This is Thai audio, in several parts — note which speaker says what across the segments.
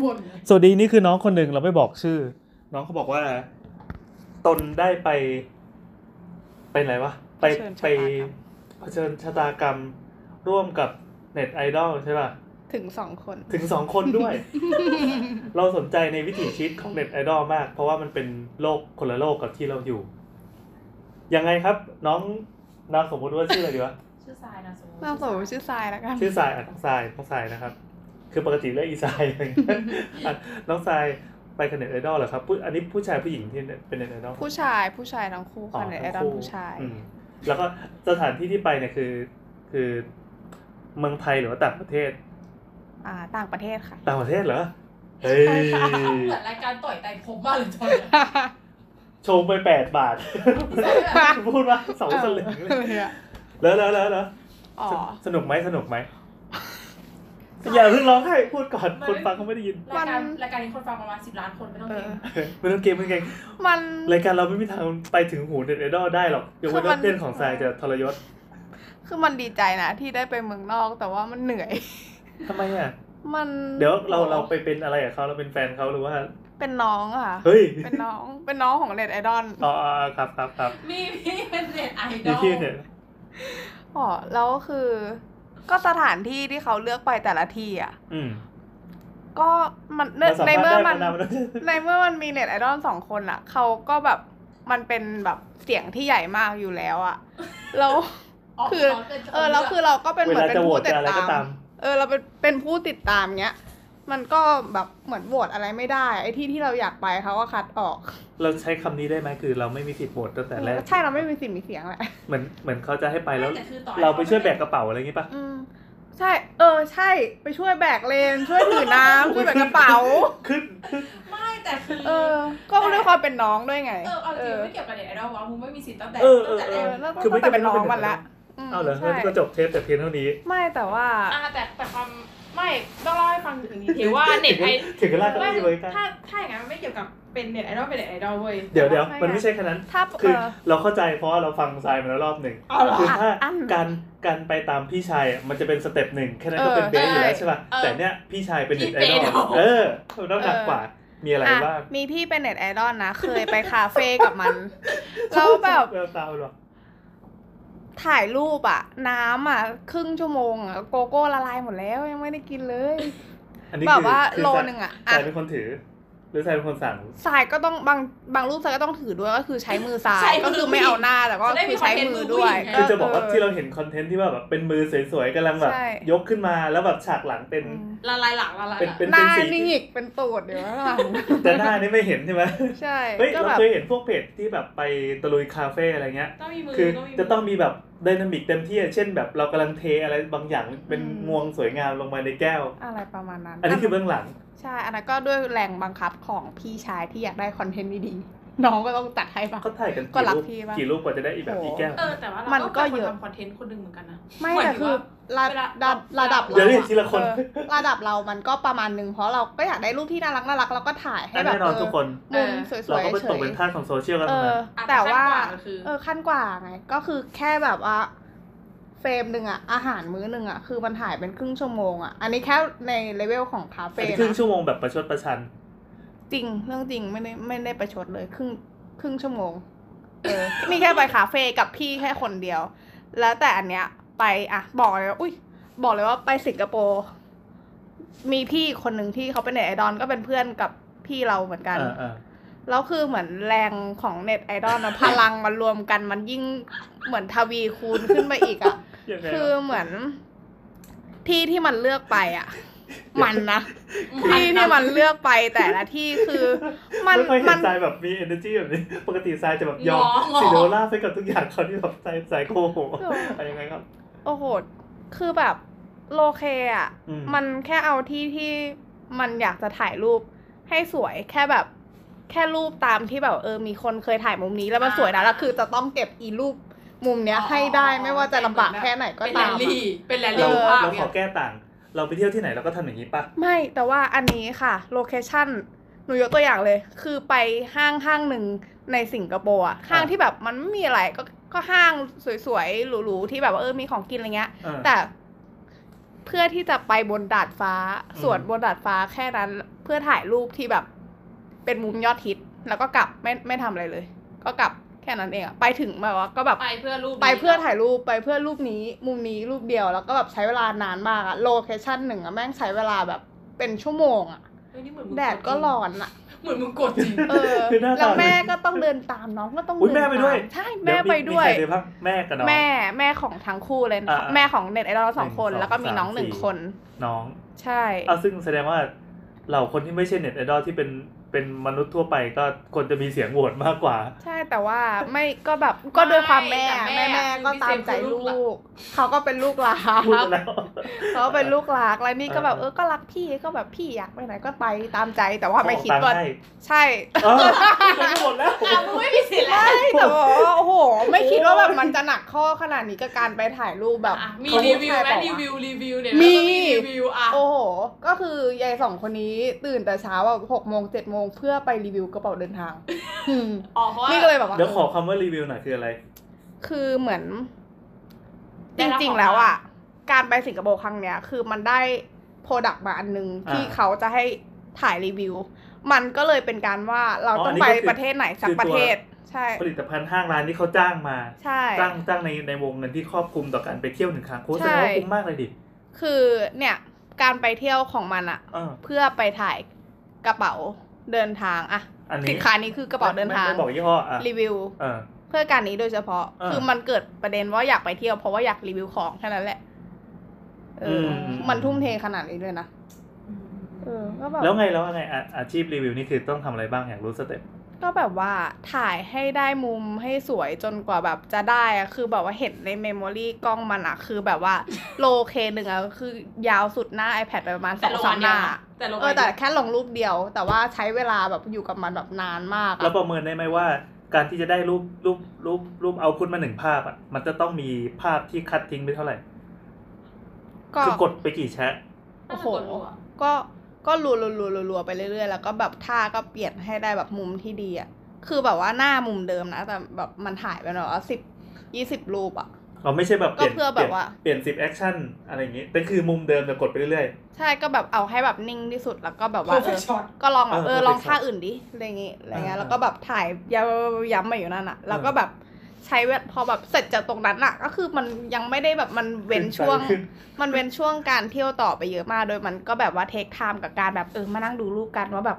Speaker 1: บ่น
Speaker 2: สวัสดีนี่คือน้องคนหนึ่งเราไม่บอกชื่อ น้องเขาบอกว่า ตนได้ไป ไปไหนวะไป
Speaker 3: เผชิญชะตากร
Speaker 2: ไป
Speaker 3: รม
Speaker 2: เผชิญชะตากรรม ร่วมกับเน็ตไอดอลใช่ป่ะ
Speaker 3: ถึงสองคน
Speaker 2: ถึงสองคน ด้วย เราสนใจในวิถีชีวิตของเน็ตไอดอลมาก เพราะว่ามันเป็นโลกคนละโลกกับที่เราอยู่ ยังไงครับ น้องนามสมมติว่าชื่ออะไรดีวะ
Speaker 1: ชื่อทรายนะสมมติ
Speaker 3: เราสมมติชื่อทรายแล้วกัน
Speaker 2: ชื่อทรายอ่ะน้องทรายน้องทรายนะครับ คือปกติเรียกอีทราย อะไรอย่างเงี้ยอ่ะน้องทรายไปกับเน็ตไอดอลเหรอครับผู้อันนี้ผู้ชายผู้หญิงที่เป็นเน็ตไอดอล
Speaker 3: ผู้ชายผู้ชายทั้งคู่ค่ะในไอดอลผู้ชาย
Speaker 2: อืมแล้วก็สถานที่ที่ไปเนี่ยคือ คือเมืองไทยหรือว่าต่างประเทศ
Speaker 3: อ่า ต่างประเทศค่ะ
Speaker 2: ต่างประเทศเหรอเฮ้ย
Speaker 3: ใช่ค่ะ
Speaker 1: เหมือนรายการต่อยไตผมมากเลยต อนเนี้ย
Speaker 2: โชว์ไปแปดบาท พูดว่าสองสลึงเลยแล้วแล้วแล้วแล้ว
Speaker 3: อ๋อ
Speaker 2: สนุกไหมสนุกไหมอย่าเพิ่งร้องไห้พูดก่อนคนฟังเขาไม่ได้ยิน
Speaker 1: รายการ
Speaker 3: มัน
Speaker 1: รายการนี้คนฟังประมาณสิบล้านคนไม่ต้อง
Speaker 3: เอ
Speaker 1: เก่ง
Speaker 3: อ
Speaker 2: ไม่ต้องเกมไม่ต้องเกม
Speaker 3: มัน
Speaker 2: รายการเราไม่มีทางไปถึงหูเน็ตไอดอลได้หรอกยกเว้นว่าเพื่อนของทรายจะทรยศ
Speaker 3: คือมันดีใจนะที่ได้ไปเมืองนอกแต่ว่ามันเหนื่อย
Speaker 2: ทำไมอ่ะ
Speaker 3: มัน
Speaker 2: เดี๋ยวเราเราไปเป็นอะไรกับเขาเราเป็นแฟนเขาหรือว่า
Speaker 3: เป็นน้องอะค่ะ
Speaker 2: เฮ้ย
Speaker 3: เป็นน้องเป็นน้องของเน็ตไอดอล
Speaker 2: อ๋ออ๋ออ๋อครับครับครับ
Speaker 1: มีพี่เป็นเน็ ตไอด
Speaker 2: มี
Speaker 1: อล
Speaker 2: ที่เนี่ย
Speaker 3: อ๋อแล้วคือ ก็สถานที่ที่เขาเลือกไปแต่ละที่อ่ะ
Speaker 2: อืม
Speaker 3: ก็มันใน
Speaker 2: ราสาารถ
Speaker 3: ในเมื่อมัน
Speaker 2: ได้าได้า
Speaker 3: ในเมื่อมันมีเน็ตไอดอลสองคนอ่ะ เขาก็แบบมันเป็นแบบเสียงที่ใหญ่มากอยู่แล้ว อ่ะแล้ว คือ เออแล้วคือเราก็เป็น
Speaker 2: เว
Speaker 3: เหมือ
Speaker 2: ลาน
Speaker 3: เป็
Speaker 2: จะ
Speaker 3: น
Speaker 2: โหว
Speaker 3: ผู้
Speaker 2: ต
Speaker 3: ติ
Speaker 2: จะ
Speaker 3: ด
Speaker 2: อะไรก็
Speaker 3: ตาม
Speaker 2: ตาม
Speaker 3: เออเราเป็นเป็นผู้ติดตามเงี้ย มันก็แบบเหมือนโหวตอะไรไม่ได้ ไอ้ที่ที่เราอยากไปเขาก็คัดออก
Speaker 2: เราใช้คำนี้ได้ไหมคือเราไม่มีสิทธิ์โหวตตั้งแต่แรก
Speaker 3: ใช่เราไม่มีสิทธิ์มีเสียงแหละ
Speaker 2: เหมือนเหมือนเขาจะให้ไปแล้ว
Speaker 1: แต่คือต่อให้
Speaker 2: เราไปช่วยแบกกระเป๋าอะไรอย่างงี้ป่ะ
Speaker 3: อืมใช่ เออ ใช่ไปช่วยแบกเลน ช่วยถือ น้ำช่วยแบกกระเป๋า
Speaker 2: ขึ้นขึ้น
Speaker 1: ไม่แต่คือ
Speaker 3: เออ ก็ด้วยความเป็นน้องด้วยไง
Speaker 1: เออเอาจ
Speaker 3: เอ
Speaker 1: ริง
Speaker 3: อ
Speaker 1: ไม่เกี่ยวกับเน็ตไอดอลวะมึงไม่มีสิทธิ์ตั้งแต่
Speaker 2: เออเอ
Speaker 1: ตั้ง
Speaker 2: อ
Speaker 1: แต่แร
Speaker 2: เออก
Speaker 3: แล้ว
Speaker 2: คือไม่
Speaker 3: ตั้งแต่
Speaker 2: จำ
Speaker 3: เป็นน้องมันละม
Speaker 2: เอาเหรอ
Speaker 3: ใช่
Speaker 2: งั้นก็จบเทปแต่เพียงเท่านี้
Speaker 3: ไม่แต่ว่า
Speaker 1: อ่าแต่แต่ความไม่ต้องเล่าให้ฟังถึงดีเทลว่าเน็ตไอ
Speaker 2: ถึงกันลากเก้า
Speaker 1: ไม่
Speaker 2: อี้ไว้ใกัน
Speaker 1: ถ้าถ้าอย่างนั้นมันไม่เกี่ยวกับเป็นเน็ตไอดอลเป็นเน็ตไอดอลเว้ย
Speaker 2: เดี๋ยวเดี๋ยว
Speaker 3: ไม่
Speaker 2: มัน
Speaker 3: อะ
Speaker 2: ไม่ใช่แค่นั้น
Speaker 3: ถ้า
Speaker 2: คือ
Speaker 3: เออ
Speaker 2: เราเข้าใจเพราะว่าเราฟังทรายมาแล้วรอบหนึ่ง
Speaker 1: เอาเหรอ
Speaker 2: คือถ้า
Speaker 3: อัน
Speaker 2: การการไปตามพี่ชายอะมันจะเป็นสเต็ปหนึ่งแค่นั้นก็
Speaker 3: เออ
Speaker 2: เป็นเบสอยู่แล้ว
Speaker 3: ใช่
Speaker 2: ใช่ป่ะ
Speaker 1: เออ
Speaker 2: แต่เนี้ยพี่ชายเป็นเน็ตไอ
Speaker 1: พี่
Speaker 2: ด
Speaker 1: เบส
Speaker 2: อลเออน้ำหนักกว่ามีอะไรบ้าง
Speaker 3: อ่ะมีพี่เป็นเน็ตไอดอลนะ เคยไปคาเฟ่กับมัน แล้วแบบ
Speaker 2: เออตามหรอ
Speaker 3: ถ่ายรูปอะน้ำอะครึ่งชั่วโมงอะโกโก้ละลายหมดแล้วยังไม่ได้กินเลย
Speaker 2: อันนี้
Speaker 3: แบ
Speaker 2: คื
Speaker 3: บว่า
Speaker 2: คือ
Speaker 3: โล
Speaker 2: ทราย
Speaker 3: นึงอะ
Speaker 2: ทรา
Speaker 3: อะ
Speaker 2: ยเป็นคนถือ หรือทรายเป็นคนสั่ง
Speaker 3: สายก็ต้องบางบางรูปสายก็ต้องถือด้วยก็คือใช้มือซ้า
Speaker 1: ใช้
Speaker 3: ย
Speaker 1: มือ
Speaker 3: ก็คือไม่เอาหน้าแต่ก็
Speaker 1: จะได้มี
Speaker 3: คือใช้มือด้ว
Speaker 1: คอ
Speaker 3: ย
Speaker 1: นเทนต์มือผู้หญิงไง
Speaker 2: คือจะบอกว่าที่เราเห็นคอนเทนต์ที่ว่าแบบเป็นมือสวยๆกำลังแบบ
Speaker 3: ใช่
Speaker 2: ยกขึ้นมาแล้วแบบฉากหลังเป็น
Speaker 3: อืม
Speaker 1: ละลายหลังละลายหลัง
Speaker 2: เป็น
Speaker 3: หน้า
Speaker 2: สี
Speaker 3: นิ่งอีกเป็นตูดเดี๋ยวข้างห ลัง
Speaker 2: แต่หน้านี่ไม่เห็นใช่ไหม
Speaker 3: ใช่
Speaker 2: เฮ้ย
Speaker 3: ก็
Speaker 2: เรา
Speaker 3: แบบ
Speaker 2: เคยเห็นพวกเพจที่แบบไปตะลุยคาเฟ่อะไรเงี้ย
Speaker 1: ต้องมีมือ
Speaker 2: คือ
Speaker 1: ต้องมีมื
Speaker 2: จะต้องมีแบบไดนามิกเต็มที่อะเช่นแบบเรากำลังเทอะไรบางอย่างเป็นงวงสวยงามลงมาในแก้ว
Speaker 3: อะไรประมาณนั้น
Speaker 2: อันนี้คือเบื้องหลัง
Speaker 3: ใช่ อันนั้นก็ด้วยแรงบังคับของพี่ชายที่อยากได้คอนเทนต์ดีๆ น้องก็ต้องตัดให้ปะ
Speaker 2: เขาถ่ายกัน
Speaker 3: ก็
Speaker 2: กี่
Speaker 3: รัก
Speaker 2: รูป
Speaker 3: พี่ปะ
Speaker 2: กี่รูปกว่าจะได้อีกแบบ
Speaker 3: โห
Speaker 2: อีกแก้ว
Speaker 1: เออแต่ว่าเรา
Speaker 3: มั
Speaker 1: มัน
Speaker 3: ก็เยอะ
Speaker 1: ทำคอนเทนต์คนหนึ่งเหมือนกันนะ
Speaker 3: ไม่
Speaker 1: หมาย
Speaker 3: แต่
Speaker 1: ถึง
Speaker 3: คือ
Speaker 1: ว่า
Speaker 3: ระ
Speaker 1: เวลา
Speaker 3: ดับ
Speaker 1: เรา
Speaker 3: ระดับ
Speaker 2: เดี๋ยว
Speaker 3: เรา
Speaker 2: เรียก
Speaker 3: อะ
Speaker 2: ทีละคน
Speaker 3: เออระดับเรามันก็ประมาณหนึงเพราะเราก็อยากได้รูปที่น่ารักน่ารักเราก็ถ่ายให้
Speaker 2: และ
Speaker 3: แบบ
Speaker 2: แน่นอน
Speaker 3: เออ
Speaker 2: ทุกคน
Speaker 3: มุมส
Speaker 2: เรา
Speaker 3: วย
Speaker 2: ก็ไป
Speaker 3: ๆเฉ
Speaker 2: ตก
Speaker 3: ย
Speaker 2: เป็นท่าสของโซเชียลกัน
Speaker 3: เอ
Speaker 2: ทั้งนั้
Speaker 3: อน
Speaker 1: อ่ะ
Speaker 3: แต่ว่า
Speaker 1: ขั้นกว่าคือ
Speaker 3: เออขั้นกว่าไง ก็คือแค่แบบว่าเฟรมหนึ่งอะอาหารมื้อหนึ่งอะคือมันถ่ายเป็นครึ่งชั่วโมงอะอันนี้แค่ในเลเวลของคา
Speaker 2: อั
Speaker 3: เฟ่
Speaker 2: นนี้
Speaker 3: นะ
Speaker 2: ครึ่งชั่วโมงแบบประชดประชัน
Speaker 3: จริงเรื่องจริงไม่ได้ไม่ได้ประชดเลยครึ่งครึ่งชั่วโมงเอ อนี่แค่ไปคาเฟ่กับพี่แค่คนเดียว แล้วแต่อันเนี้ยไปอ่ะบอกเลยว่าอุ้ยบอกเลยว่าไปสิงคโปร์มีพี่อีกคนหนึ่งที่เขาเป็นเน็ตไอดอลก็เป็นเพื่อนกับพี่เราเหมือนกัน
Speaker 2: เออเออ
Speaker 3: แล้วคือเหมือนแรงของเน็ตไอดอลนะ พลังมันรวมกันมันยิ่งเหมือนทวีคูณขึ้นไปอีกอะ่ะ
Speaker 2: ยังไง
Speaker 3: คือ
Speaker 2: วะ
Speaker 3: เหมือนที่ที่ มันเลือกไปอะ่ะ มันนะ
Speaker 1: มั
Speaker 3: ที่ที่มันเลือกไปแต่ละที่คือ มัน
Speaker 2: ไม่เคยเห็
Speaker 3: มัน น
Speaker 2: ทรายแบบมี energy แบบนี้ ปกติทรายจะแบบยอม
Speaker 1: งอ
Speaker 2: สิ
Speaker 1: ง
Speaker 2: โด
Speaker 1: อ
Speaker 2: ล่าไปกับทุกอย่าง เขาที่แบบทรายทรายโคโห
Speaker 3: เออ
Speaker 2: อะไรยังไงครับ
Speaker 3: โอ้โห คือแบบโลเคอะ่ะ
Speaker 2: อืม
Speaker 3: มันแค่เอาที่ที่มันอยากจะถ่ายรูปให้สวยแค่แบบ แค่รูปตามที่แบบเออมีคนเคยถ่ายมุมนี้แล้วมันสวยนะแล้วคือจะต้องเก็บอีรูปมุมเนี้ยให้ได้ไม่ว่าจะลำบากแค่ไหนก็
Speaker 1: เป็น
Speaker 3: ตา
Speaker 1: แร
Speaker 3: ม
Speaker 1: ล
Speaker 3: อะ
Speaker 1: ลี่เป็นแรล
Speaker 2: เรา
Speaker 1: ลี่ภาพ
Speaker 2: เรา
Speaker 1: เนี่
Speaker 2: ขอย แก้ต่าง เราไปเที่ยวที่ไหนเราก็ทำอย่างนี้ป่ะ
Speaker 3: ไม่แต่ว่าอันนี้ค่ะโลเคชั่นหนูยกตัวอย่างเลย คือไปห้างห้างหนึ่งในสิงคโปร์อะห้างที่แบบมันไม่มีอะไรก็ก็ห้างสวยๆหรูๆที่แบบว่าเออมีของกินอะไรเงี้ย
Speaker 2: เออ
Speaker 3: แต่เพื่อที่จะไปบนดาดฟ้า
Speaker 2: อืม
Speaker 3: สวนบนดาดฟ้าแค่นั้น เพื่อถ่ายรูปที่แบบ เป็นมุมยอดฮิต แล้วก็กลับไม่ไม่ทำอะไรเลย ก็กลับแค่นั้นเองอะไปถึงแบบว่าก็แบบ
Speaker 1: ไปเพื่อรูปนี้
Speaker 3: ไปเพื่อถ่ายรูปไปเพื่อรูปนี้มุมนี้รูปเดียวแล้วก็แบบใช้เวลานานมากอะโลเคชั่นหนึ่งอะแม่งใช้เวลาแบบเป็นชั่วโมงอะ
Speaker 1: เฮ้ยนี่เหมือนมึง
Speaker 3: แดดก็
Speaker 1: จง
Speaker 3: ร้อนอะ
Speaker 1: เหมือนมึงโกรธจริง
Speaker 3: เออ
Speaker 2: คือหน้าตา
Speaker 3: แล้วแม่ก็ต้องเดินตามน้องก็ต้อง
Speaker 2: อุ๊ย
Speaker 3: เดิน
Speaker 2: แม่ไปด้วย
Speaker 3: ตาใช่แม่ไปด้วย
Speaker 2: เมีใครเลยพักแม่กับน้อง
Speaker 3: แม่แม่ของทั้งคู่เลยนะ
Speaker 2: อ่า
Speaker 3: แม่ของเน็ตไอดอลสองคน
Speaker 2: หนึ่งสอง
Speaker 3: แล้วก็มีน้อง
Speaker 2: สาม
Speaker 3: หนึ่ง
Speaker 2: สี่
Speaker 3: คน
Speaker 2: น้อง
Speaker 3: ใช่
Speaker 2: เอาซึ่งแสดงว่าเหล่าคนที่ไม่ใช่เน็ตไอดอลที่เป็นเป็นมนุษย์ทั่วไปก็ควรจะมีเสียงโหวตมากกว่า
Speaker 3: ใช่แต่ว่าไม่ก็แบบก็ด้วยความแม่
Speaker 1: แต่แม่
Speaker 3: แม่แม่ก็ตามใจ
Speaker 1: คือลูกหลา
Speaker 3: ลู
Speaker 1: น
Speaker 3: กเขาก็เป็นลูกหลาน
Speaker 2: พูดแล้ว
Speaker 3: เขาเป็นลูกรักแล้วนี่ก็แบบ
Speaker 2: เออ
Speaker 3: เออก็รักพี่ก็แบบพี่อยากไปไหนก็ไปตามใจแต่ว่าไม่คิด
Speaker 2: ว่า
Speaker 3: ว่าใช่
Speaker 2: เออไม่โหวตแล้ว
Speaker 1: อ่ะมึงไม่มีสิทธิ์แล้ว
Speaker 3: ใช่แต่ว่าโอ้โห ไม่คิดว่าแบบมันจะหนักข้อขนาดนี้กับการไปถ่ายรูปแบบ
Speaker 1: อ่ะมี
Speaker 3: เขา
Speaker 1: รีวิว
Speaker 3: ถ่าย
Speaker 1: ไหม
Speaker 3: บอกา
Speaker 1: รีวิวรีวิวเนี่ย
Speaker 3: มี
Speaker 1: แล้วก็มีรีวิวอ่ะ
Speaker 3: โอ้โห ก็คือยายสองคนนี้ตื่นแต่เช้าแบบหกโมงเจ็ดโมงเพื่อไปรีวิวกระเป๋าเดินทางอืม
Speaker 1: อ๋อเพราะว่า
Speaker 3: นี่ก็เลยแบบว่า
Speaker 2: เดี๋ยวขอคำว่ารีวิวหน่อยคืออะไร
Speaker 3: คือเหมือน
Speaker 1: ได้
Speaker 3: จ
Speaker 1: รับ
Speaker 3: ริ
Speaker 1: ของ ง
Speaker 3: ๆ แล้ว
Speaker 1: มา
Speaker 3: อ่ะ การไปสิงคโปร์ครั้งเนี้ย คือมันได้โปรดักต์มาอันหนึง
Speaker 2: อ่า
Speaker 3: ที่เขาจะให้ถ่ายรีวิว มันก็เลยเป็นการว่าเรา
Speaker 2: อ๋อ
Speaker 3: ต้อง
Speaker 2: อันนี้
Speaker 3: ไป
Speaker 2: ก็คือ
Speaker 3: ประเทศไหนสัก
Speaker 2: คือตัว
Speaker 3: ประเทศ ใช่
Speaker 2: ผลิตภัณฑ์ห้างร้านที่เขาจ้างมา
Speaker 3: ใช่
Speaker 2: จ้างจ้างในในวงเงินที่ครอบคลุมต่อการไปเที่ยวหนึ่งครั้งโค้ชแสดงว่า
Speaker 3: ใช่
Speaker 2: คุ้มมากเลยดิ
Speaker 3: คือเนี่ย การไปเที่ยวของมันอ่ะ
Speaker 2: อ่า
Speaker 3: เพื่อไปถ่ายกระเป๋าเดินทางอะ
Speaker 2: อันนี้
Speaker 3: สินค้านี้คือกระเป๋าเดินทาง
Speaker 2: ไม่ไม่บอกยี่ห้ออ่ะ
Speaker 3: รีวิว
Speaker 2: เออ
Speaker 3: เพื่อการนี้โดยเฉพาะ
Speaker 2: อ่า
Speaker 3: คือมันเกิดประเด็นว่าอยากไปเที่ยวเพราะว่าอยากรีวิวของแค่นั้นแหละเอออ
Speaker 2: ม
Speaker 3: มันทุ่มเทขนาดนี้เลยนะเออก็แบบ
Speaker 2: แล้วไงแล้วไงอ่ะอาชีพรีวิวนี่คือต้องทำอะไรบ้างอยากรู้สเต็ป
Speaker 3: ก็แบบว่าถ่ายให้ได้มุมให้สวยจนกว่าแบบจะได้อะคือแบบว่าเห็นในเมมโมรีกล้องมันอะคือแบบว่า โลเคหนึ่งอะก็คือยาวสุดหน้า iPad ไปประมาณส
Speaker 1: แต่
Speaker 3: อง
Speaker 1: ลง
Speaker 3: สา
Speaker 1: อั
Speaker 3: ม
Speaker 1: น
Speaker 3: ห
Speaker 1: เดียว
Speaker 3: น้า
Speaker 1: นะแต่ลง
Speaker 3: เอ
Speaker 1: อั
Speaker 3: อน
Speaker 1: เดี
Speaker 3: แต่
Speaker 1: ยว
Speaker 3: แค่ลงรูปเดียว แต่ว่าใช้เวลาแบบอยู่กับมันแบบนานมากอะ
Speaker 2: แล้วประเมินได้ไหมว่าการที่จะได้รูปรูปรูปรูปเอาพุทมาหนึ่งภาพอ่ะมันจะต้องมีภาพที่คัดทิ้งไปเท่าไหร่
Speaker 3: ก็
Speaker 2: คือกดไปกี่แชะ
Speaker 3: โอ้โห
Speaker 1: น่าจะกดรัว
Speaker 3: ก็ก็รัวรัวรัวรัวรัวไปเรื่อยๆ แล้วก็แบบท่าก็เปลี่ยนให้ได้แบบมุมที่ดีอะคือแบบว่าหน้ามุมเดิมนะ แต่แบบมันถ่ายไปแบบว่าสิบยี่สิบรูปอะ
Speaker 2: เราไม่ใช่แบบเปลี่ยน
Speaker 3: ก็เพื่อแบบว่า
Speaker 2: เปลี่ยนสิบแอคชั่นอะไรอย่างงี้ แต่คือมุมเดิมแต่กดไปเรื่อย
Speaker 3: ใช่ก็แบบเอาให้แบบนิ่งที่สุดแล้วก็แบบ ว่า
Speaker 1: perfect shot
Speaker 3: ก็ลองแบบ
Speaker 2: เอ
Speaker 3: เอ
Speaker 2: อ
Speaker 3: อ
Speaker 2: perfect
Speaker 3: ลองท่า
Speaker 2: shot
Speaker 3: อื่นดิอะไรอย่างงี้อะไรเงี้ย
Speaker 2: อ่า
Speaker 3: แล้วก็แบบถ่ายย้ำย้ำมาอยู่นั่นอะแล้วก็แบบใช้เวลาพอแบบเสร็จจากตรงนั้นอะก็คือมันยังไม่ได้แบบมัน
Speaker 2: ๆ
Speaker 3: เว้นช่วง
Speaker 2: ขึ้ น
Speaker 3: มันเว้นช่วงการเที่ยวต่อไปเยอะมากโดยมันก็แบบว่าเทคไทม์กับการแบบเออมานั่งดูรูปกันว่าแบบ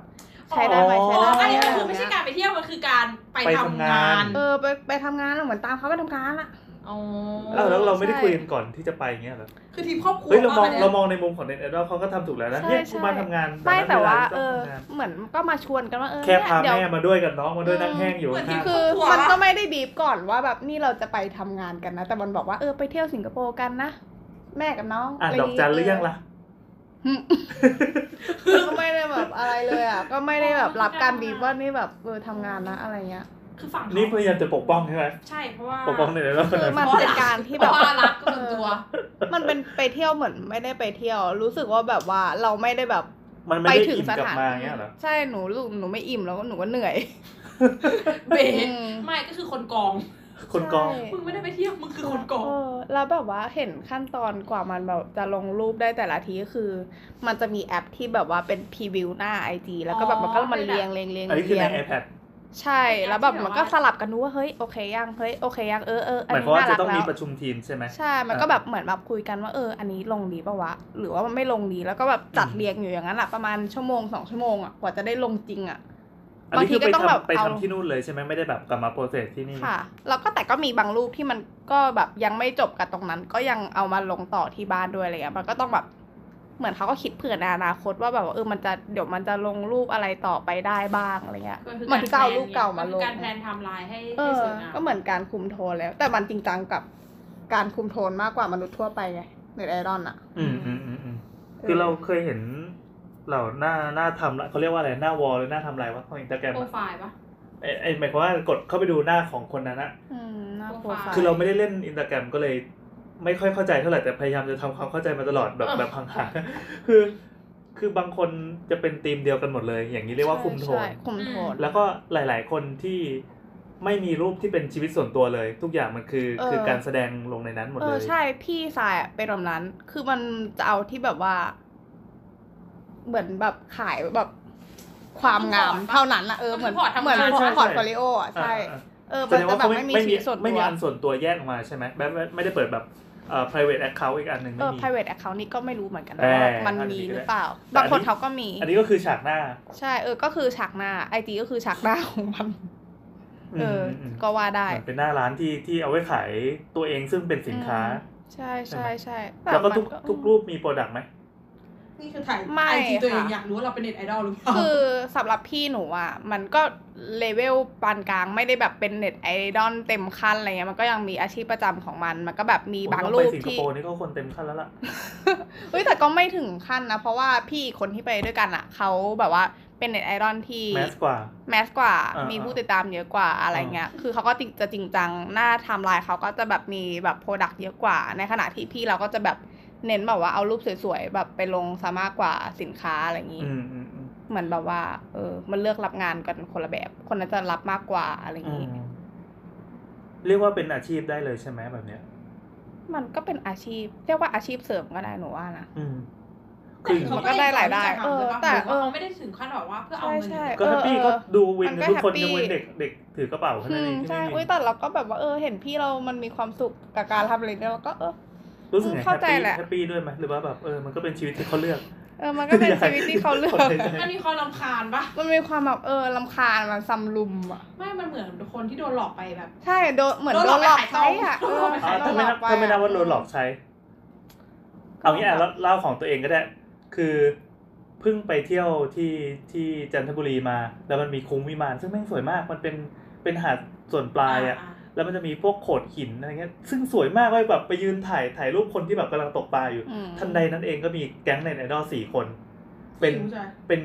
Speaker 3: ใช้ได้ไหม
Speaker 1: อ๋
Speaker 3: ใช้
Speaker 1: ออัน
Speaker 3: ได้ไหม
Speaker 1: นี้
Speaker 3: อะไร
Speaker 1: มันคือไม่
Speaker 3: เงี้
Speaker 1: ใช่
Speaker 3: ย
Speaker 1: การไปเที่ยวมันคือการไปทำงาน
Speaker 3: เออไปไปทำงานอะเหมือนตามเขาไปทำงานอะ
Speaker 1: อ๋อ
Speaker 2: ๆแล้วแล้วเราไม่ได้
Speaker 3: ใช่
Speaker 2: คุยกันก่อนที่จะไปอย่างเงี้ยเหรอ
Speaker 1: คือทีมครอบครัว
Speaker 2: เฮ้ยเรามอง
Speaker 1: ปะนี่ย
Speaker 2: เรามองในมุมของเน็ตไอดอลเขาก็ทำถูกแล้วนะ
Speaker 3: ใช่
Speaker 2: เนี่ย
Speaker 3: ใช่
Speaker 2: กูมาทำงาน
Speaker 3: ไม่แต่ว่า
Speaker 2: ต
Speaker 3: เอ
Speaker 2: อน
Speaker 3: อ
Speaker 2: นั้นวลที่ต้องทำงาน
Speaker 3: เหมือนก็มาชวนกันว่าเออ
Speaker 2: แค่
Speaker 3: เนี่ย
Speaker 2: พา
Speaker 3: เดี๋ยว
Speaker 2: แม่มาด้วยกับน้องมาด้วยนั่งแห้งอยู่
Speaker 1: เหมือนที่
Speaker 2: ข้าง
Speaker 3: คือ
Speaker 1: ครอบครัว
Speaker 3: มันก็ไม่ได้บีบก่อนว่าแบบนี่เราจะไปทำงานกันนะ แต่มันบอกว่าเออไปเที่ยวสิงคโปร์กันนะ แม่กับน้อง
Speaker 2: อ่ะดอกจันหรือยังล่ะ
Speaker 3: คือก็ไม่ได้แบบอะไรเลยอ่ะก็ไม่ได้แบบรับการบีบว่านี่แบบเออทำงานนะอะไรเงี้ย
Speaker 1: คือฝั่งเขา
Speaker 2: นี่พยายามจะปกป้องใช่ไหม
Speaker 1: ใช่เพราะว่า
Speaker 2: ปกป้องเน็ตไอดอลคน
Speaker 3: คือ
Speaker 2: นั้น
Speaker 3: มันเป็นการที่
Speaker 1: ที่
Speaker 3: แบ
Speaker 1: แบบ
Speaker 3: บ
Speaker 1: ว่ารักส่วนตัว
Speaker 3: มันเป็นไปเที่ยวเหมือนไม่ได้ไปเที่ยว รู้สึกว่าแบบว่าเราไม่ได้แบบ
Speaker 2: มันไม่
Speaker 3: ไป
Speaker 2: ได้
Speaker 3: ถึง
Speaker 2: อิ่ม
Speaker 3: ส
Speaker 2: กลับ
Speaker 3: ถาน
Speaker 2: มาเงี้ยเหรอ
Speaker 3: ใช่หนูรู้สึกหนูไม่อิ่มแล้วก็หนูก็เหนื่อย
Speaker 1: เบร
Speaker 3: อืม
Speaker 1: ไม่ก็คือคนกอง
Speaker 2: คนกอง
Speaker 3: ใช่
Speaker 1: มึงไม่ได้ไปเที่ยว มึงคือคนกอง
Speaker 3: เออแล้วแบบว่าเห็นขั้นตอนกว่ามันแบบจะลงรูปได้แต่ละทีก็คือ มันจะมีแอปที่แบบว่าเป็นพรีวิวหน้าไอจีแล้วก็แบบมันก็มันเรียงเรียงเรียง
Speaker 2: อันนี้คือ
Speaker 3: เรี
Speaker 2: ใน
Speaker 3: ยง
Speaker 2: iPad
Speaker 3: ใช่แล้วแบบมันก็
Speaker 1: เป็นแอปที่แบบว่า
Speaker 3: สลับกันดูว่าเฮ้ยโอเคยังเฮ้ยโอเคยังเออเออ
Speaker 2: ห
Speaker 3: อัน
Speaker 2: มายค
Speaker 3: นี้
Speaker 2: วามว่า
Speaker 3: น่า
Speaker 2: จะ
Speaker 3: รัก
Speaker 2: ต้องมี
Speaker 3: แล้ว
Speaker 2: ประชุมทีมใช่ไหม
Speaker 3: ใช่ มันก็แบบเหมือนแบบคุยกันว่าเออ อันนี้ลงดีปะวะหรือว่ามันไม่ลงดีแล้วก็แบบจัด
Speaker 2: อืม
Speaker 3: เรียงอยู่อย่างนั้นแหละประมาณชั่วโมงสองชั่วโมงอ่ะกว่าจะได้ลงจริงอ่ะ
Speaker 2: อันนี้คือไป
Speaker 3: บางทีก็ต้องแบบ
Speaker 2: ทำไป
Speaker 3: เอา
Speaker 2: ทำที่นู่นเลยใช่ไหมไม่ได้แบบกลับมาโปรเซสที่นี่
Speaker 3: ค่ะ แล้วก็แต่ก็มีบางรูปที่มันก็แบบยังไม่จบกับตรงนั้น ก็ยังเอามาลงต่อที่บ้านด้วยอะไรเงี้ยมันก็ต้องแบบเหมือนเขาก็คิดเผื่อในอนาคตว่าแบบว่าเออมันจะเดี๋ยวมันจะลงรูปอะไรต่อไปได้บ้างอะไรเงี้ย
Speaker 1: คื
Speaker 3: เหมันที่ก็เอารูปเก่ามาล
Speaker 1: นคื
Speaker 3: ง
Speaker 1: อการแพลนไทม์ไลน์ให้
Speaker 3: เอ
Speaker 1: ให้ส
Speaker 3: อ
Speaker 1: วยงาม
Speaker 3: ก็เหมือนการคุมโทนแล้ว แต่มันจริงจังกับการคุมโทนมากกว่ามนุษย์ทั่วไปไงในไอรอนอะ
Speaker 2: อืมอืมอืมอืมคือเราเคยเห็นเหล่าหน้าหน้าทำละเขาเรียกว่าอะไรหน้าวอลหรือหน้าทำลายวะของอินสตาแกรม
Speaker 1: โปรไฟล์ปะ
Speaker 2: ไอ้ไอ้หมายความว่ากดเข้าไปดูหน้าของคนนั้นอะ
Speaker 3: อืมน่าโปรไฟ
Speaker 1: ใช่
Speaker 3: ล์
Speaker 2: คือเราไม่ได้เล่นอินสตาแกรมก็เลย ไม่ค่อยเข้าใจเท่าไหร่แต่พยายามจะทำความเข้าใจมาตลอดแบบ
Speaker 1: เออ
Speaker 2: แบบห่างๆคือคือบางคนจะเป็นธีมเดียวกันหมดเลย อย่างนี้เรียกว่าคุมโทน
Speaker 3: ใช่คุมโทน
Speaker 2: แล้วก็หลาย ๆ คนที่ไม่มีรูปที่เป็นชีวิตส่วนตัวเลย ทุกอย่างมันคือ
Speaker 3: เออ
Speaker 2: คือการแสดงลงในนั้นหมด
Speaker 3: เอ
Speaker 2: เล
Speaker 3: อย ใช่พี่สายอะเป็นแบบนั้น คือมันจะเอาที่แบบว่า เหมือนแบบขายแบบความงามเท่านั้นอะเออเหมือน
Speaker 1: มันคือพอร์ตทำงาน
Speaker 3: เหมือนพอ
Speaker 2: ใช่ใช่
Speaker 3: ร์ตพอร์ตโฟลิโออะใช่
Speaker 2: อ่า
Speaker 3: เออ
Speaker 2: อ่าแส
Speaker 3: มัน
Speaker 2: ดงว่า
Speaker 3: จะแบบ
Speaker 2: เขาไม่
Speaker 3: ไม่
Speaker 2: ไม่
Speaker 3: มีชี
Speaker 2: มี
Speaker 3: วิตส่วน
Speaker 2: ไม่
Speaker 3: ตั
Speaker 2: มี
Speaker 3: ว
Speaker 2: อันส่วนตัวแยกออกมาใช่ไหมแบบไม่ไม่ได้เปิดแบบเอ่อ private account อีกอันหนึ่ง
Speaker 3: เอ
Speaker 2: ไม่
Speaker 3: อ
Speaker 2: มี
Speaker 3: private account นี่ก็ไม่รู้เหมือนกัน
Speaker 2: เออ
Speaker 3: ว่ามัน
Speaker 2: อันนี้
Speaker 3: มี
Speaker 2: ก็ได้
Speaker 3: หรือเปล่า
Speaker 2: แต่อันนี้
Speaker 3: บางคนเขาก็มี
Speaker 2: อันนี้ก็คือฉากหน้า
Speaker 3: ใช่เออก็คือฉากหน้าไอจีก็คือฉากหน้าของมัน เอออ
Speaker 2: มม
Speaker 3: ก็ว่าได้
Speaker 2: เหมือนเป็นหน้าร้านที่ที่เอาไว้ขายตัวเองซึ่งเป็นสินค้า
Speaker 3: ใช่ใช่ใช่
Speaker 2: แล้วก็ทุก
Speaker 3: มัน
Speaker 2: ทุกรูปมีโปรดักต์ไหม
Speaker 4: นี่คือถ่าย
Speaker 3: ไม่
Speaker 4: ไอจีตัวเอง
Speaker 3: ค่ะ
Speaker 4: อยากรู้ว่าเราเป็นเน็ตไอดอลหรือเปล่า
Speaker 3: คือสำหรับพี่หนูอ่ะ มันก็เลเวลปานกลางไม่ได้แบบเป็นเน็ตไอดอลเต็มขั้นอะไรเงี้ยมันก็ยังมีอาชีพประจำของมัน มันก็แบบมีบางรูป
Speaker 2: ผมต้องไปสิงค
Speaker 3: ที่
Speaker 2: โปร์นี่ก็คนเต็มขั้นแล้วล่ะ
Speaker 3: เฮ้ยแต่ก็ไม่ถึงขั้นนะ เพราะว่าพี่คนที่ไปด้วยกันอ่ะเขาแบบว่าเป็นเน็ตไอดอลที่
Speaker 2: แมสกว่า
Speaker 3: แมสกว่า
Speaker 2: อ่ามี
Speaker 3: มีผู้ติดตามเยอะกว่าอะไรเงี้ยคือเขาก็จริงจะจริงจังหน้าไทม์ไลน์เขาก็จะแบบมีแบบโปรดักต์เยอะกว่า ในขณะที่พี่เราก็จะแบบเน้นแบบว่าเอารูปสวยๆแบบไปลงซะมากกว่าสินค้าอะไรอย่างงี้
Speaker 2: อืมอืมอืม
Speaker 3: เหมือนแบบว่า เออ มันเลือกรับงานกันคนละแบบ คนนั้นจะรับมากกว่าอะไรอ
Speaker 2: อื
Speaker 3: ย่างนี้
Speaker 2: มเรียกว่าเป็นอาชีพได้เลยใช่ไหมแบบเนี้ย
Speaker 3: มันก็เป็นอาชีพ เรียกว่าอาชีพเสริมก็ได้หนูว่านะ
Speaker 2: อืม คือ
Speaker 3: เขา มันก็ได้รายได้
Speaker 4: เออ
Speaker 3: แต่
Speaker 4: แต่
Speaker 3: เออ
Speaker 4: เขาไม่ได้ถึงขั้นแบบว่าเพื่อเอา
Speaker 3: ใช่
Speaker 4: เงิน
Speaker 2: ก็
Speaker 3: ใช่
Speaker 2: แฮปปี้
Speaker 3: เออเอ
Speaker 2: ก็
Speaker 3: อ
Speaker 2: ดูวิน
Speaker 3: มันก็
Speaker 2: กันทุกคน
Speaker 3: happy
Speaker 2: ยังเว้นเด็กเด็กถือกระเป๋าแค่
Speaker 3: อื
Speaker 2: นั้นเอง
Speaker 3: ม
Speaker 2: ที่
Speaker 3: ใช่
Speaker 2: ไม่
Speaker 3: อุ้ย
Speaker 2: มี
Speaker 3: แต่เราก็แบบว่า เออ เห็นพี่เรา มันมีความสุขกับการทำอะไรเนี่ยเราก็ เออ
Speaker 2: รู้สึกไงแฮ
Speaker 3: เข้า
Speaker 2: ป
Speaker 3: ใจ
Speaker 2: ปี้
Speaker 3: แหละ
Speaker 2: แฮปปี้ด้วยไหมหรือว่าแบบเออมันก็เป็นชีวิตที่เขาเลือก
Speaker 3: เออ มันก็เป็นชีวิตที่เขาเลือก
Speaker 4: มันมีความรำคาญปะ
Speaker 3: มันมีความแบบ เออลำคาญมันซัมลุมอ่ะ
Speaker 4: ไม่มันเหมือนคนที่โดนหลอกไปแบบ
Speaker 3: ใช่ โดน เหมือนโด
Speaker 4: โด
Speaker 3: น
Speaker 4: น
Speaker 3: ห
Speaker 4: ห
Speaker 3: ล
Speaker 4: ล
Speaker 3: อ
Speaker 4: อก ก
Speaker 3: ใช้
Speaker 4: ขาย
Speaker 3: อ่ะ
Speaker 4: ข
Speaker 3: เอ
Speaker 4: อง
Speaker 3: อมัน
Speaker 2: อ่า
Speaker 3: โด
Speaker 2: ถ้าน ไม่
Speaker 3: หล
Speaker 2: นั
Speaker 3: อบ กไป
Speaker 2: ถ้าไม่นับ
Speaker 3: อะ
Speaker 2: ว่าโดนหลอกใช้ เอางี้อ่ะเล่าเล่าของตัวเองก็ได้ คือเพิ่งไปเที่ยวที่ที่จันทบุรีมา แล้วมันมีคุ้งวิมาน ซึ่งแม่งสวยมาก มันเป็นเป็นหาดส่วนปลายอ่ะ แล้วมันจะมีพวกโขดหินอะไรเงี้ย ซึ่งสวยมากเลยแบบไปยืนถ่ายถ่ายรูปคนที่แบบกำลังตกปลาอยู่
Speaker 3: อืม
Speaker 2: ทันใดนั้นเองก็มีแก๊งในไอดอลสี่คน เป็น
Speaker 4: ผู้ชาย
Speaker 2: เป็น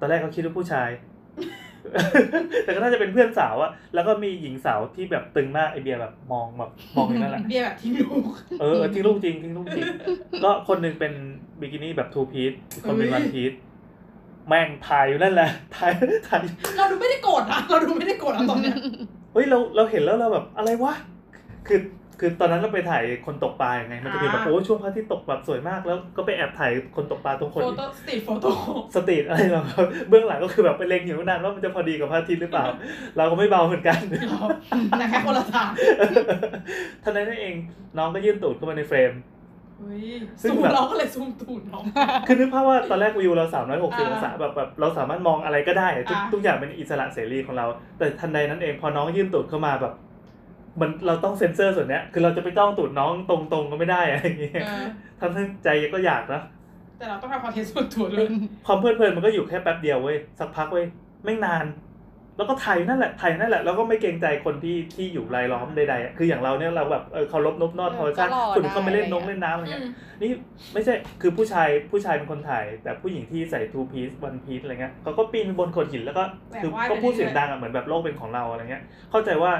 Speaker 2: ตอนแรกเขาคิดว่าผู้ชาย แต่ก็น่าจะเป็นเพื่อนสาวอะแล้วก็มีหญิงสาวที่แบบตึงมากไอเบียร์แบบมองแบบมองอย่างนั้นแหละ
Speaker 4: เบียร์แบบทิ้งลูก
Speaker 2: เออเออทิ้งลูกจริงทิ้งลูกจริง ก็คนหนึ่งเป็นบิกินี่แบบทูพีซอีกคนเป็น
Speaker 4: เอ้ย
Speaker 2: วันพีซแม่งถ่ายอยู่นั่นแหละถ่ายถ่าย
Speaker 4: เราดูไม่ได้โกรธนะเราดูไม่ได้โกรธนะตอนเนี้ย
Speaker 2: เฮ้ยเราเราเห็นแล้วเราแบบอะไรวะคือคือตอนนั้นเราไปถ่ายคนตกปลายังไง มันจะมีแบบโอ้ช่วงพระอาที่ตกแบบสวยมากแล้วก็ไปแอบถ่ายคนตกปลาตรงคน
Speaker 4: โฟโต้สตรีทโฟโต้
Speaker 2: สตรีทอะไรเราเบื้องหลังก็คือแบบไปเล็งอยู่ตั้งนานว่ามันจะพอดีกับพระอาทิตย์หรือเปล่า เราก็ไม่เบาเหมือน กัน
Speaker 4: แต่แค่คนละทาง
Speaker 2: เท่านั้นเองน้องก็ยื่นตูดเข้ามาในเฟรม
Speaker 4: เฮ้ย
Speaker 2: ซึ่ง
Speaker 4: ซูม
Speaker 2: แบบ
Speaker 4: เราก็เลยซูมตูดน้อง
Speaker 2: คือนึกภาพว่าตอนแรกวิวเราสามร้อยหกสิบ
Speaker 4: อ่า
Speaker 2: องศาแบบแบบเราสามารถมองอะไรก็ได้อะทุก
Speaker 4: อ่า
Speaker 2: ทุกอย่างเป็นอิสระเสรีของเรา แต่ทันใดนั้นเองพอน้องยื่นตูดเข้ามาแบบเหมันเราต้องเซ็นเซอร์ส่วนเนี้ยคือเราจะไปจ้องตูดน้องตรงๆก็ไม่ได้อะไรอย่างเงี้ย
Speaker 4: เออ
Speaker 2: ทั้งทั้งใจก็อยากนะ
Speaker 4: แต่เราต้องทำคอนเทนต์ส่วนตัวด้วย
Speaker 2: ความเพลิดเพลินมันก็อยู่แค่แป๊บเดียวเว้ยสักพักเว้ยไม่นาน แล้วก็ถ่ายนั่นแหละถ่ายนั่นแหละแล้วก็ไม่เกรงใจคนที่ที่อยู่รายล้อมใดๆอะคืออย่างเราเนี่ยเราแบบเออเคารพนบนอบธรรมชาติ
Speaker 3: ก็รอ
Speaker 2: คุณเขาไม่เล่น
Speaker 3: ได้
Speaker 2: นงเล่นน้ำอะไรเงี้ย
Speaker 4: อืม
Speaker 2: นี่ไม่ใช่ คือผู้ชายผู้ชายเป็นคนถ่าย แต่ผู้หญิงที่ใส่ทูพีซวันพีซอะไรเงี้ยเขาก็ปีนไปบนโขดหินแล้วก็คือก็พูดเสียงดังอ่ะเหมือนแบบโลกเป็นของเราอะไรเงี้ย เข้าใจว่า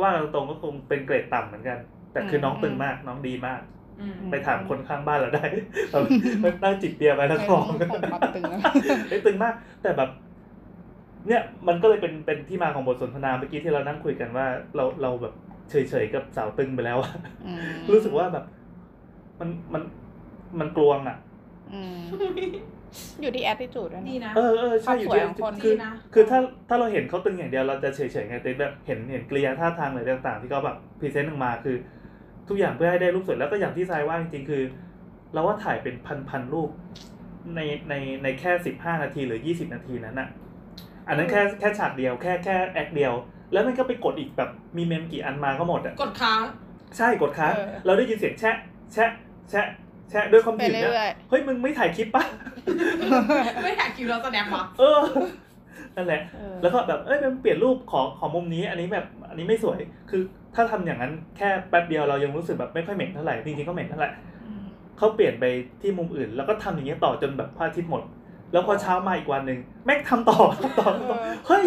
Speaker 2: ว่าเราตรงก็คงเป็นเกรดต่ำเหมือนกัน แต่คือน้องตึงมากน้องดีมาก
Speaker 4: อืม
Speaker 2: ไปถามคนข้างบ้านเราได้ เรา นั่งจิบเบียร์ไปแล้ว
Speaker 3: ใน
Speaker 2: ทอง
Speaker 3: มุมของปับตึง
Speaker 2: ไอ้ยตึงมาก แต่แบบ เนี่ยมันก็เลยเป็นเป็นที่มาของบทสนทนาเมื่อกี้ที่เรานั่งคุยกันว่า เราเราแบบเฉยๆกับสาวตึงไปแล้วอะ
Speaker 3: อืม
Speaker 2: รู้สึกว่าแบบ มันมันมันกลวงอ่ะ
Speaker 3: อืมอยู่ที่แอ t ติจูดด้วยนะ
Speaker 4: ดีนะ
Speaker 2: เออเออใช่อยู่ที่
Speaker 3: ความสวยของคน
Speaker 2: คือ
Speaker 4: ดีนะ
Speaker 2: คือถ้าถ้าเราเห็นเขาตึงอย่างเดียวเราจะเฉยๆไงแต่แบบเห็นเห็นกริยาท่าทางอะไรต่าง ๆ ที่เขาแบบพรีเซนต์ออกมาคือ ทุกอย่างเพื่อให้ได้รูปสวยแล้วก็อย่างที่ทรายว่าจริงๆคือ เราว่าถ่ายเป็นพันๆรูป ในในในแค่สิบห้านาทีหรือยี่สิบนาทีนั้นอะอันนั้นแค่แค่ฉากเดียวแค่แค่แอคเดียว แล้วมันก็ไปกดอีกแบบมีเมมกี่อันมาก็หมดอะ
Speaker 4: กด ค้าง
Speaker 2: ใช่กดค้าง
Speaker 3: เออ
Speaker 2: เราได้ยินเสียงแชะ แชะ แชะ แชะด้วยความ
Speaker 3: ไป
Speaker 2: ถี่นะ
Speaker 3: เรื่อย
Speaker 2: เฮ้ยมึงไม่ถ่ายคลิปปะ
Speaker 4: ไม่ถ่ายคิวเราแสดงวะ
Speaker 2: เออนั่นแหละ
Speaker 3: ๆเออ
Speaker 2: แล้วก็แบบ เอ้ยมันเปลี่ยนรูปของของมุมนี้ อันนี้แบบ อันนี้ไม่สวย คือถ้าทำอย่างนั้นแค่แป๊บเดียวเรายังรู้สึกแบบไม่ค่อยเหม็นเท่าไหร่ จริงๆก็เหม็นเท่าไหร่เขาเปลี่ยนไปที่มุมอื่น แล้วก็ทำอย่างเงี้ยต่อจนแบบพระอาทิตย์หมด แล้วพอเช้ามาอีกวันหนึ่งแม่งทำต่อ ทำต่อทำต่อ
Speaker 3: เออ
Speaker 2: เฮ้ย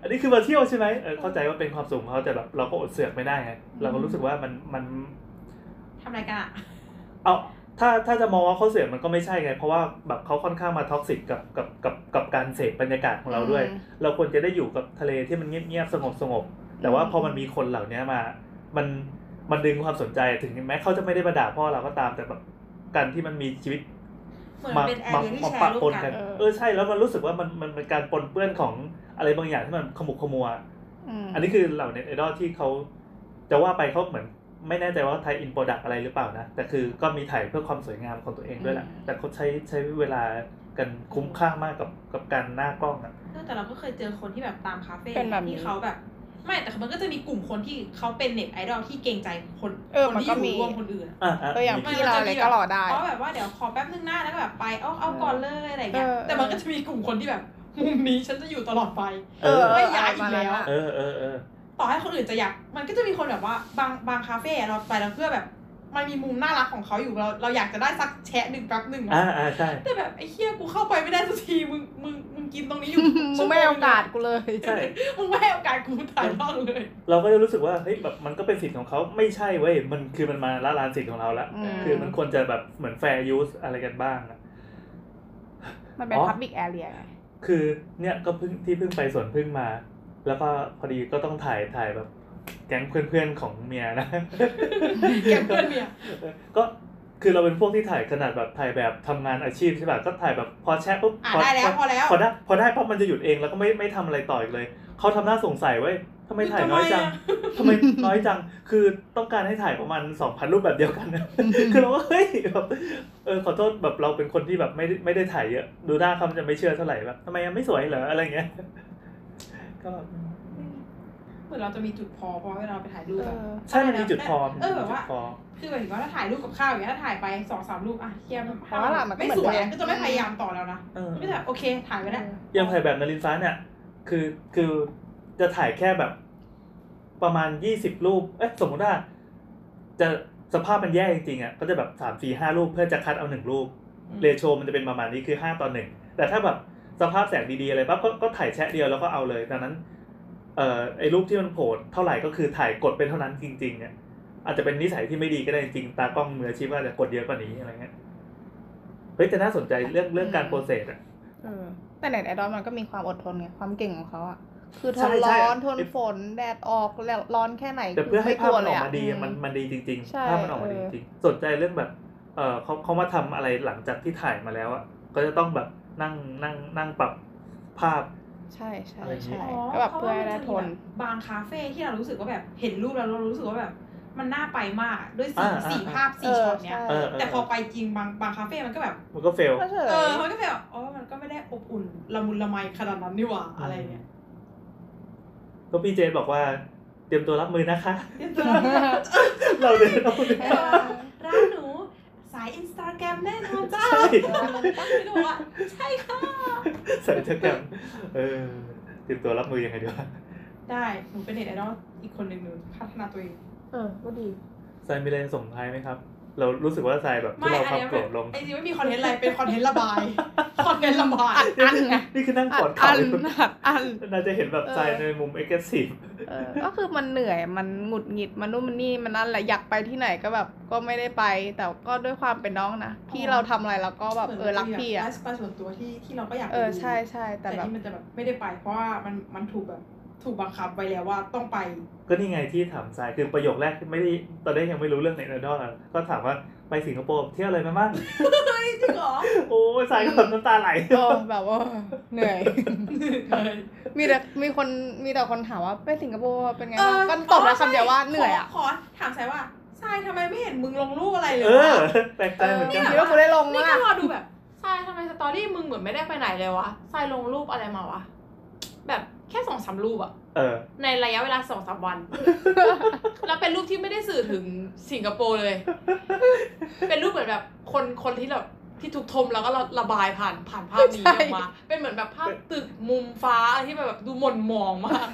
Speaker 2: อันนี้คือมาเที่ยวใช่ไหมเออเข้าใจว่าเป็นความสูงของเขาแต่แบบเราก็อดเสือกไม่ได้ไง เราก็รู้สึกว่ามันมัน
Speaker 4: ทำอะไรกันอ่ะ
Speaker 2: เอาถ้าถ้าจะมองว่าเขาเสพมันก็ไม่ใช่ไง เพราะว่าแบบเขาค่อนข้างมาท็อกซิกกับกับกับกับการเสพบรรยากาศของเราด้วย
Speaker 3: อืม
Speaker 2: เราควรจะได้อยู่กับทะเลที่มันเงียบๆสงบสงบๆแต่ว่าพอมันมีคนเหล่านี้มา มันมันดึงความสนใจถึงแม้เขาจะไม่ได้มาด่าพ่อเราก็ตามแต่แบบการที่มันมีชีวิต
Speaker 5: เหมือนมันเป็น area ที่
Speaker 2: มา
Speaker 5: แชร์
Speaker 2: ปะปน
Speaker 5: ร่วมกั
Speaker 2: กัน
Speaker 5: น
Speaker 3: เออ
Speaker 2: เออใช่แล้วมันรู้สึกว่ามันมันเป็นการปนเปื้อนของอะไรบางอย่างที่มันขมุกขมัว
Speaker 3: ม
Speaker 2: อันนี้คือเหล่าเน็ตไอดอลที่เขาจะว่าไปเขาเหมือน ไม่แน่ใจว่าไทยอินโปรดักอะไรหรือเปล่านะ แต่คือก็มีถ่ายเพื่อความสวยงามของตัวเองด้วยแหละ
Speaker 3: อืม
Speaker 2: แต่เขาใช้ใช้เวลากันคุ้มค่ามากกับกับการหน้ากล้องอะ
Speaker 4: แต่เราก็เคยเจอคนที่แบบตามคาเฟ่
Speaker 3: เป็นแบบนี้
Speaker 4: ที่เขาแบบ ไม่แต่มันก็จะมีกลุ่มคนที่เขาเป็นเน็ตไอดอลที่เกรงใจคน
Speaker 3: เออ
Speaker 4: คน
Speaker 3: มัน
Speaker 4: ที่
Speaker 3: ก็
Speaker 4: อยู่
Speaker 3: มี
Speaker 4: ร่วมคนอื่นอะ
Speaker 2: อ่ะอ่ะ
Speaker 3: ตัวอย่าง
Speaker 2: มี
Speaker 3: พี่เราเลยก็รอได้
Speaker 4: เพราะแบบว่าเดี๋ยวขอแป๊บนึงหน้าแล้วก็แบบไปเอาเอาก่อนเลยอะไรอย่างเงี้ย
Speaker 3: เออ
Speaker 4: แต่มันก็จะมีกลุ่มคนที่แบบมุมนี้ฉันจะอยู่ตลอดไป
Speaker 2: เออ
Speaker 4: ไม่อยากอีกแล้ว
Speaker 2: เออเออเออ
Speaker 4: ต่อให้คนอื่นจะอยาก มันก็จะมีคนแบบว่าบางบางคาเฟ่เราไปแล้วเพื่อแบบ มันมีมุมน่ารักของเขาอยู่เราเราอยากจะได้สักแชะหนึ่งแป๊บหนึ่งอะ
Speaker 2: อ่าอ่าใช่
Speaker 4: แต่แบบไอ้เฮียกูเข้าไปไม่ได้สักทีมึงมึงมึงกินตรงนี้อยู่
Speaker 3: มึงไม่ให้โอกาสกูเลย
Speaker 2: ใช่
Speaker 4: มึงไม่ให้โอกาสกูถ่ายทอด เลย
Speaker 2: เราก็จะรู้สึกว่าเฮ้ยแบบมันก็เป็นสิทธิ์ของเขาไม่ใช่เว้ยมันคือมันมาละลานสิทธิ์ของเราละ
Speaker 3: อืม
Speaker 2: คือมันควรจะแบบเหมือนแฟร์ยูสอะไรกันบ้างอะ
Speaker 3: มันเป็น
Speaker 2: อ๋อ
Speaker 3: พับบิกแอเรียไง
Speaker 2: คือเนี่ยก็เพิ่งที่เพิ่งไปสวนพึ่งมา แล้วก็พอดีก็ต้องถ่ายถ่ายแบบแก๊งเพื่อนๆของเมียนะ
Speaker 4: เก็บเพื่อนเมีย
Speaker 2: ก็คือเราเป็นพวกที่ถ่ายขนาดแบบถ่ายแบบทำงานอาชีพใช่ป่ะก็ถ่ายแบบพอแชะปุ๊บ
Speaker 4: อ่ะ
Speaker 2: พอ
Speaker 4: ได้แล้วพอแล้ว
Speaker 2: พอได้พอได้ปั๊บมันจะหยุดเองแล้วก็ไม่ไม่ทำอะไรต่ออีกเลยเขาทำหน้าสงสัยเว้ยทำไมถ่ายน้อยจัง ทำไม น้อยจัง คือต้องการให้ถ่ายประมาณสองพันรูปแบบเดียวกันนะ คือเราก็เฮ้ยแบบเออขอโทษแบบเราเป็นคนที่แบบไม่ได้ไม่ได้ถ่ายเยอะ ดูหน้าเขามันจะไม่เชื่อเท่าไหร่แบบทำไมยังไม่สวยเหรออะไรเงี้ย ก็
Speaker 4: เหมือนเราจะมีจุดพอพอเวลาเราไปถ่ายรูปอะ
Speaker 3: เออ
Speaker 2: ใช่มันมีจุดพอมัน
Speaker 4: เออ
Speaker 2: มี
Speaker 4: แบบ
Speaker 2: จุด
Speaker 4: ว่า
Speaker 2: พอ
Speaker 4: คือหมายถึงว่าถ้าถ่ายรูปกับข้าวอย่างเงี้ยถ้าถ่ายไปสองสามรูปอ่ะเฮียมัน
Speaker 3: เพราะว่าหลังมันก็
Speaker 4: ไม่
Speaker 3: เห
Speaker 4: ส
Speaker 3: มือน
Speaker 4: วย
Speaker 3: เดิ
Speaker 4: อะ
Speaker 3: ม
Speaker 4: ก็จะไม่พยายามต่อแล้วนะ
Speaker 2: เออ
Speaker 4: ไม่แบบโอเคถ่ายไปแล้ว
Speaker 2: ยังถ่ายแบบนารินฟ้าเนี่ย คือคือจะถ่ายแค่แบบประมาณยี่สิบรูป เอ๊ะสมมติว่า จะสภาพมันแย่จริงๆอ่ะก็จะแบบสามสี่ห้ารูปเพื่อจะคัดเอาหนึ่งรูป
Speaker 4: อืม
Speaker 2: เรโชมันจะเป็นประมาณนี้คือห้าต่อหนึ่งแต่ถ้าแบบสภาพแสงดีๆอะไรปั๊บก็ก็ถ่ายแชะเดียวแล้วก็เอาเลย ดังนั้น เอ่อไอ้รูปที่มันโผล่เท่าไหร่ก็คือถ่ายกดเป็นเท่านั้นจริงๆอ่ะอาจจะเป็นนิสัยที่ไม่ดีก็ได้จริงๆตากล้องมืออาชีพก็อาจจะกดเยอะกว่านี้อะไรเงี้ยเฮ้ยแต่น่าสนใจเรื่องเรื่องการโปรเซสอ่ะ
Speaker 3: เออแต่เน็ตไอดอลมันก็มีความอดทนไงความเก่งของเขาอะคือท
Speaker 2: ใช่
Speaker 3: น
Speaker 2: ใช่
Speaker 3: ร้อนทนฝนแดดออกแล้วร้อนแค่ไหน
Speaker 2: แต่เพื่อให้
Speaker 3: คื
Speaker 2: ภาพ
Speaker 3: ไลั
Speaker 2: มันอ
Speaker 3: วเลย
Speaker 2: อก
Speaker 3: อะ
Speaker 2: มาดี
Speaker 3: อื
Speaker 2: มันมันดีจริง
Speaker 3: ใช่
Speaker 2: ๆภาพมันออกมาดี
Speaker 3: เอ
Speaker 2: จ
Speaker 3: อ
Speaker 2: ริงๆสนใจเรื่องแบบเออเขาเขามาทำอะไรหลังจากที่ถ่ายมาแล้วอ่ะก็จะต้องแบบนั่งนั่งนั่งปรับภาพ
Speaker 3: ใช่ใช่
Speaker 2: อะไรอย่างงี้
Speaker 3: ใช่
Speaker 4: อ๋อ
Speaker 3: ก็แบบ
Speaker 4: พราะ
Speaker 3: เพื่อ
Speaker 4: ว่ามั
Speaker 3: ให้ได้
Speaker 4: จะมี
Speaker 3: ทน
Speaker 4: แบบบางคาเฟ่ที่เรารู้สึกว่าแบบเห็นรูปแล้วเรารู้สึกว่าแบบ มันน่าไปมากอะด้วยสี
Speaker 2: อ่าอ่า
Speaker 4: สีภาพสี
Speaker 3: เออ
Speaker 4: ช็อตเนี้ย
Speaker 3: ใช่
Speaker 2: เออเ
Speaker 4: แต่พอไปจริงบางบางคาเฟ่มันก็แบบ
Speaker 2: มันก็เฟล
Speaker 3: ก็เฉย
Speaker 4: เออมันก็แบบอ๋อมันก็ไม่ได้อบอุ่นละมุนละไมขนาดนั้นนี่หว่าอะไรเงี้ย
Speaker 2: ก็พี่เจนบอกว่าเตรียมตัวรับมือ นะคะ
Speaker 4: เออ
Speaker 2: เราเลยต้องเนี่ย
Speaker 4: ร้านหนูสายอินสตาแกรมแน่นอนจ้า
Speaker 2: ใช่
Speaker 4: หนูบอกว่าใช่ค่ะ
Speaker 2: ใส่แจ็คเก็ตเออเตรียมตัวรับมือยังไงดีวะ
Speaker 4: ได้หนูเป็นเน็ตไอดอลอีกคนหนึ่งหนูพัฒนาตัวเอง
Speaker 3: เออก็ดี
Speaker 2: ทรายมีอะไรส่งท้ายไหมครับ เรารู้สึกว่าทรายแบบทุ
Speaker 4: ไม่
Speaker 2: เรา
Speaker 4: อัน
Speaker 2: ความ
Speaker 4: เนี้ย
Speaker 2: โกร
Speaker 4: เป็น
Speaker 2: ธลง
Speaker 4: ไอจริงไม่มีคอนเทนต์อะไรเป็นคอนเทนต์ระบาย คอนเทนต์ระบาย
Speaker 3: อันไง
Speaker 2: นี่คือนั่ง
Speaker 3: อั
Speaker 2: กอด
Speaker 3: ด
Speaker 2: เข่า
Speaker 3: อัน
Speaker 2: อยู่
Speaker 3: อัดอัน
Speaker 2: น่าจะเห็นแบบทรายในมุมเอ็กซ์เซสซีฟ
Speaker 3: เออก็คือมันเหนื่อยมันหงุดหงิดมันนู่นมันนี่มันนั่นแหละอยากไปที่ไหนก็แบบก็ไม่ได้ไป แต่ก็ด้วยความเป็นน้องนะพี่
Speaker 4: อ๋อ
Speaker 3: เราทำอะไรเราก็แบบเออรักพี่อ่ะ
Speaker 4: ไลฟ์สไตล์ส่วนตัวที่ที่เราก็อยากไป
Speaker 3: เออ
Speaker 4: ดู
Speaker 3: ใช่ใช่แต่
Speaker 4: แต่
Speaker 3: แบบ
Speaker 4: ที่มันจะแบบไม่ได้ไป เพราะว่ามันมันถูกแบบถูกบังคับไปแล้วว่าต้องไป
Speaker 2: ก็นี่ไงที่ถามทรายคือประโยคแรกที่ไม่ได้ตอนแรกยังไม่รู้เรื่องเน็ตไอดอลอะก็ถามว่าไปสิงคโปร์เที่ยวอะไรมาบ้าง
Speaker 4: จริงเหรอ
Speaker 2: โอ้ยทรายก็แบบน้ำตาไหล
Speaker 3: เออแบบว่าเหนื่อย มีแต่มีคนมีแต่คนถามว่าไปสิงคโปร์เป็นไงบ้างก็ตอบมาคำเดียวว่าเหนื่อยอ่ะ
Speaker 4: ขอถามสายว่าสายทำไมไม่เห็นมึงลงรูปอะไรเล
Speaker 2: เอยอ
Speaker 4: วะ
Speaker 2: แปลกใจ
Speaker 3: เออ
Speaker 2: เหมือนกัน
Speaker 3: คิดว่ากูได้ลงไหม
Speaker 1: นี่ก็
Speaker 3: ล่ะ
Speaker 1: รอดูแบบทรายทำไมสตอรี่มึงเหมือนไม่ได้ไปไหนเลยวะทรายลงรูปอะไรมาวะ แบบแค่สองสามรูปอะ
Speaker 2: เออ
Speaker 1: ในระยะเวลาสองสามวัน แล้วเป็นรูปที่ไม่ได้สื่อถึงสิงคโปร์เลย เป็นรูปเหมือนแบบคนคนที่แบบที่ถูกทมแล้วก็ระระบายผ่านผ่านภาพนี้ออกมา เป็นเหมือนแบบภาพตึกมุมฟ้าที่แบบดูหม่นหมองมาก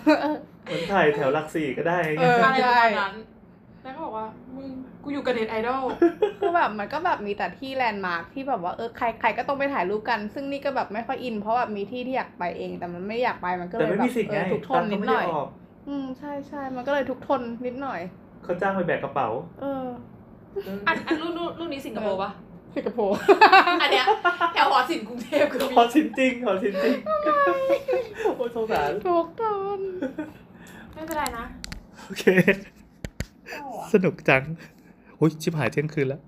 Speaker 2: เหมือนถ่ายแถวหลักสี่ก็ได้
Speaker 3: เออ
Speaker 1: อะไรประ
Speaker 3: ใช่
Speaker 1: มาณนั้น แล้วก็บอกว่า มึง กูอยู่กับเน็ตไอดอล
Speaker 3: คือแบบมันก็แบบมีแต่ที่แลนด์มาร์คที่แบบว่าเออใครใครก็ต้องไปถ่ายรูปกัน ซึ่งนี่ก็แบบไม่ค่อยอิน เพราะแบบมีที่ที่อยากไปเองแต่มันไม่อยากไปมันก็เล
Speaker 2: แต่
Speaker 3: ย
Speaker 2: ไม่
Speaker 3: แบ
Speaker 2: มี
Speaker 3: บ
Speaker 2: สิทธิ์
Speaker 3: เอ
Speaker 2: ไง
Speaker 3: อทุกข์ทน
Speaker 2: งค์
Speaker 3: นิ
Speaker 2: เขา
Speaker 3: ด
Speaker 2: ไม่
Speaker 3: ห
Speaker 2: ได้
Speaker 3: น่อย
Speaker 2: ออก
Speaker 3: อืมใช่ใช่มันก็เลยทุกข์ทนนิดหน่อย
Speaker 2: เขาจ้างไปแบกกระเป๋า
Speaker 3: เออ
Speaker 1: อันอันรุ่นรุ่นรุ่นนี้สิงคโปร์ปะ
Speaker 3: สิงคโปร์
Speaker 1: อันเนี้ยแถวหอศิลป์กรุงเทพก็มี
Speaker 2: ขอชิ้นจริงขอชิ้นจริง โอ้ยสงสาร
Speaker 3: ทุกข์ทน
Speaker 1: ไม่เป็นไรนะ
Speaker 2: โอเค สนุกจังโอ้ยชิบหายเที่ยงคืนแล้ว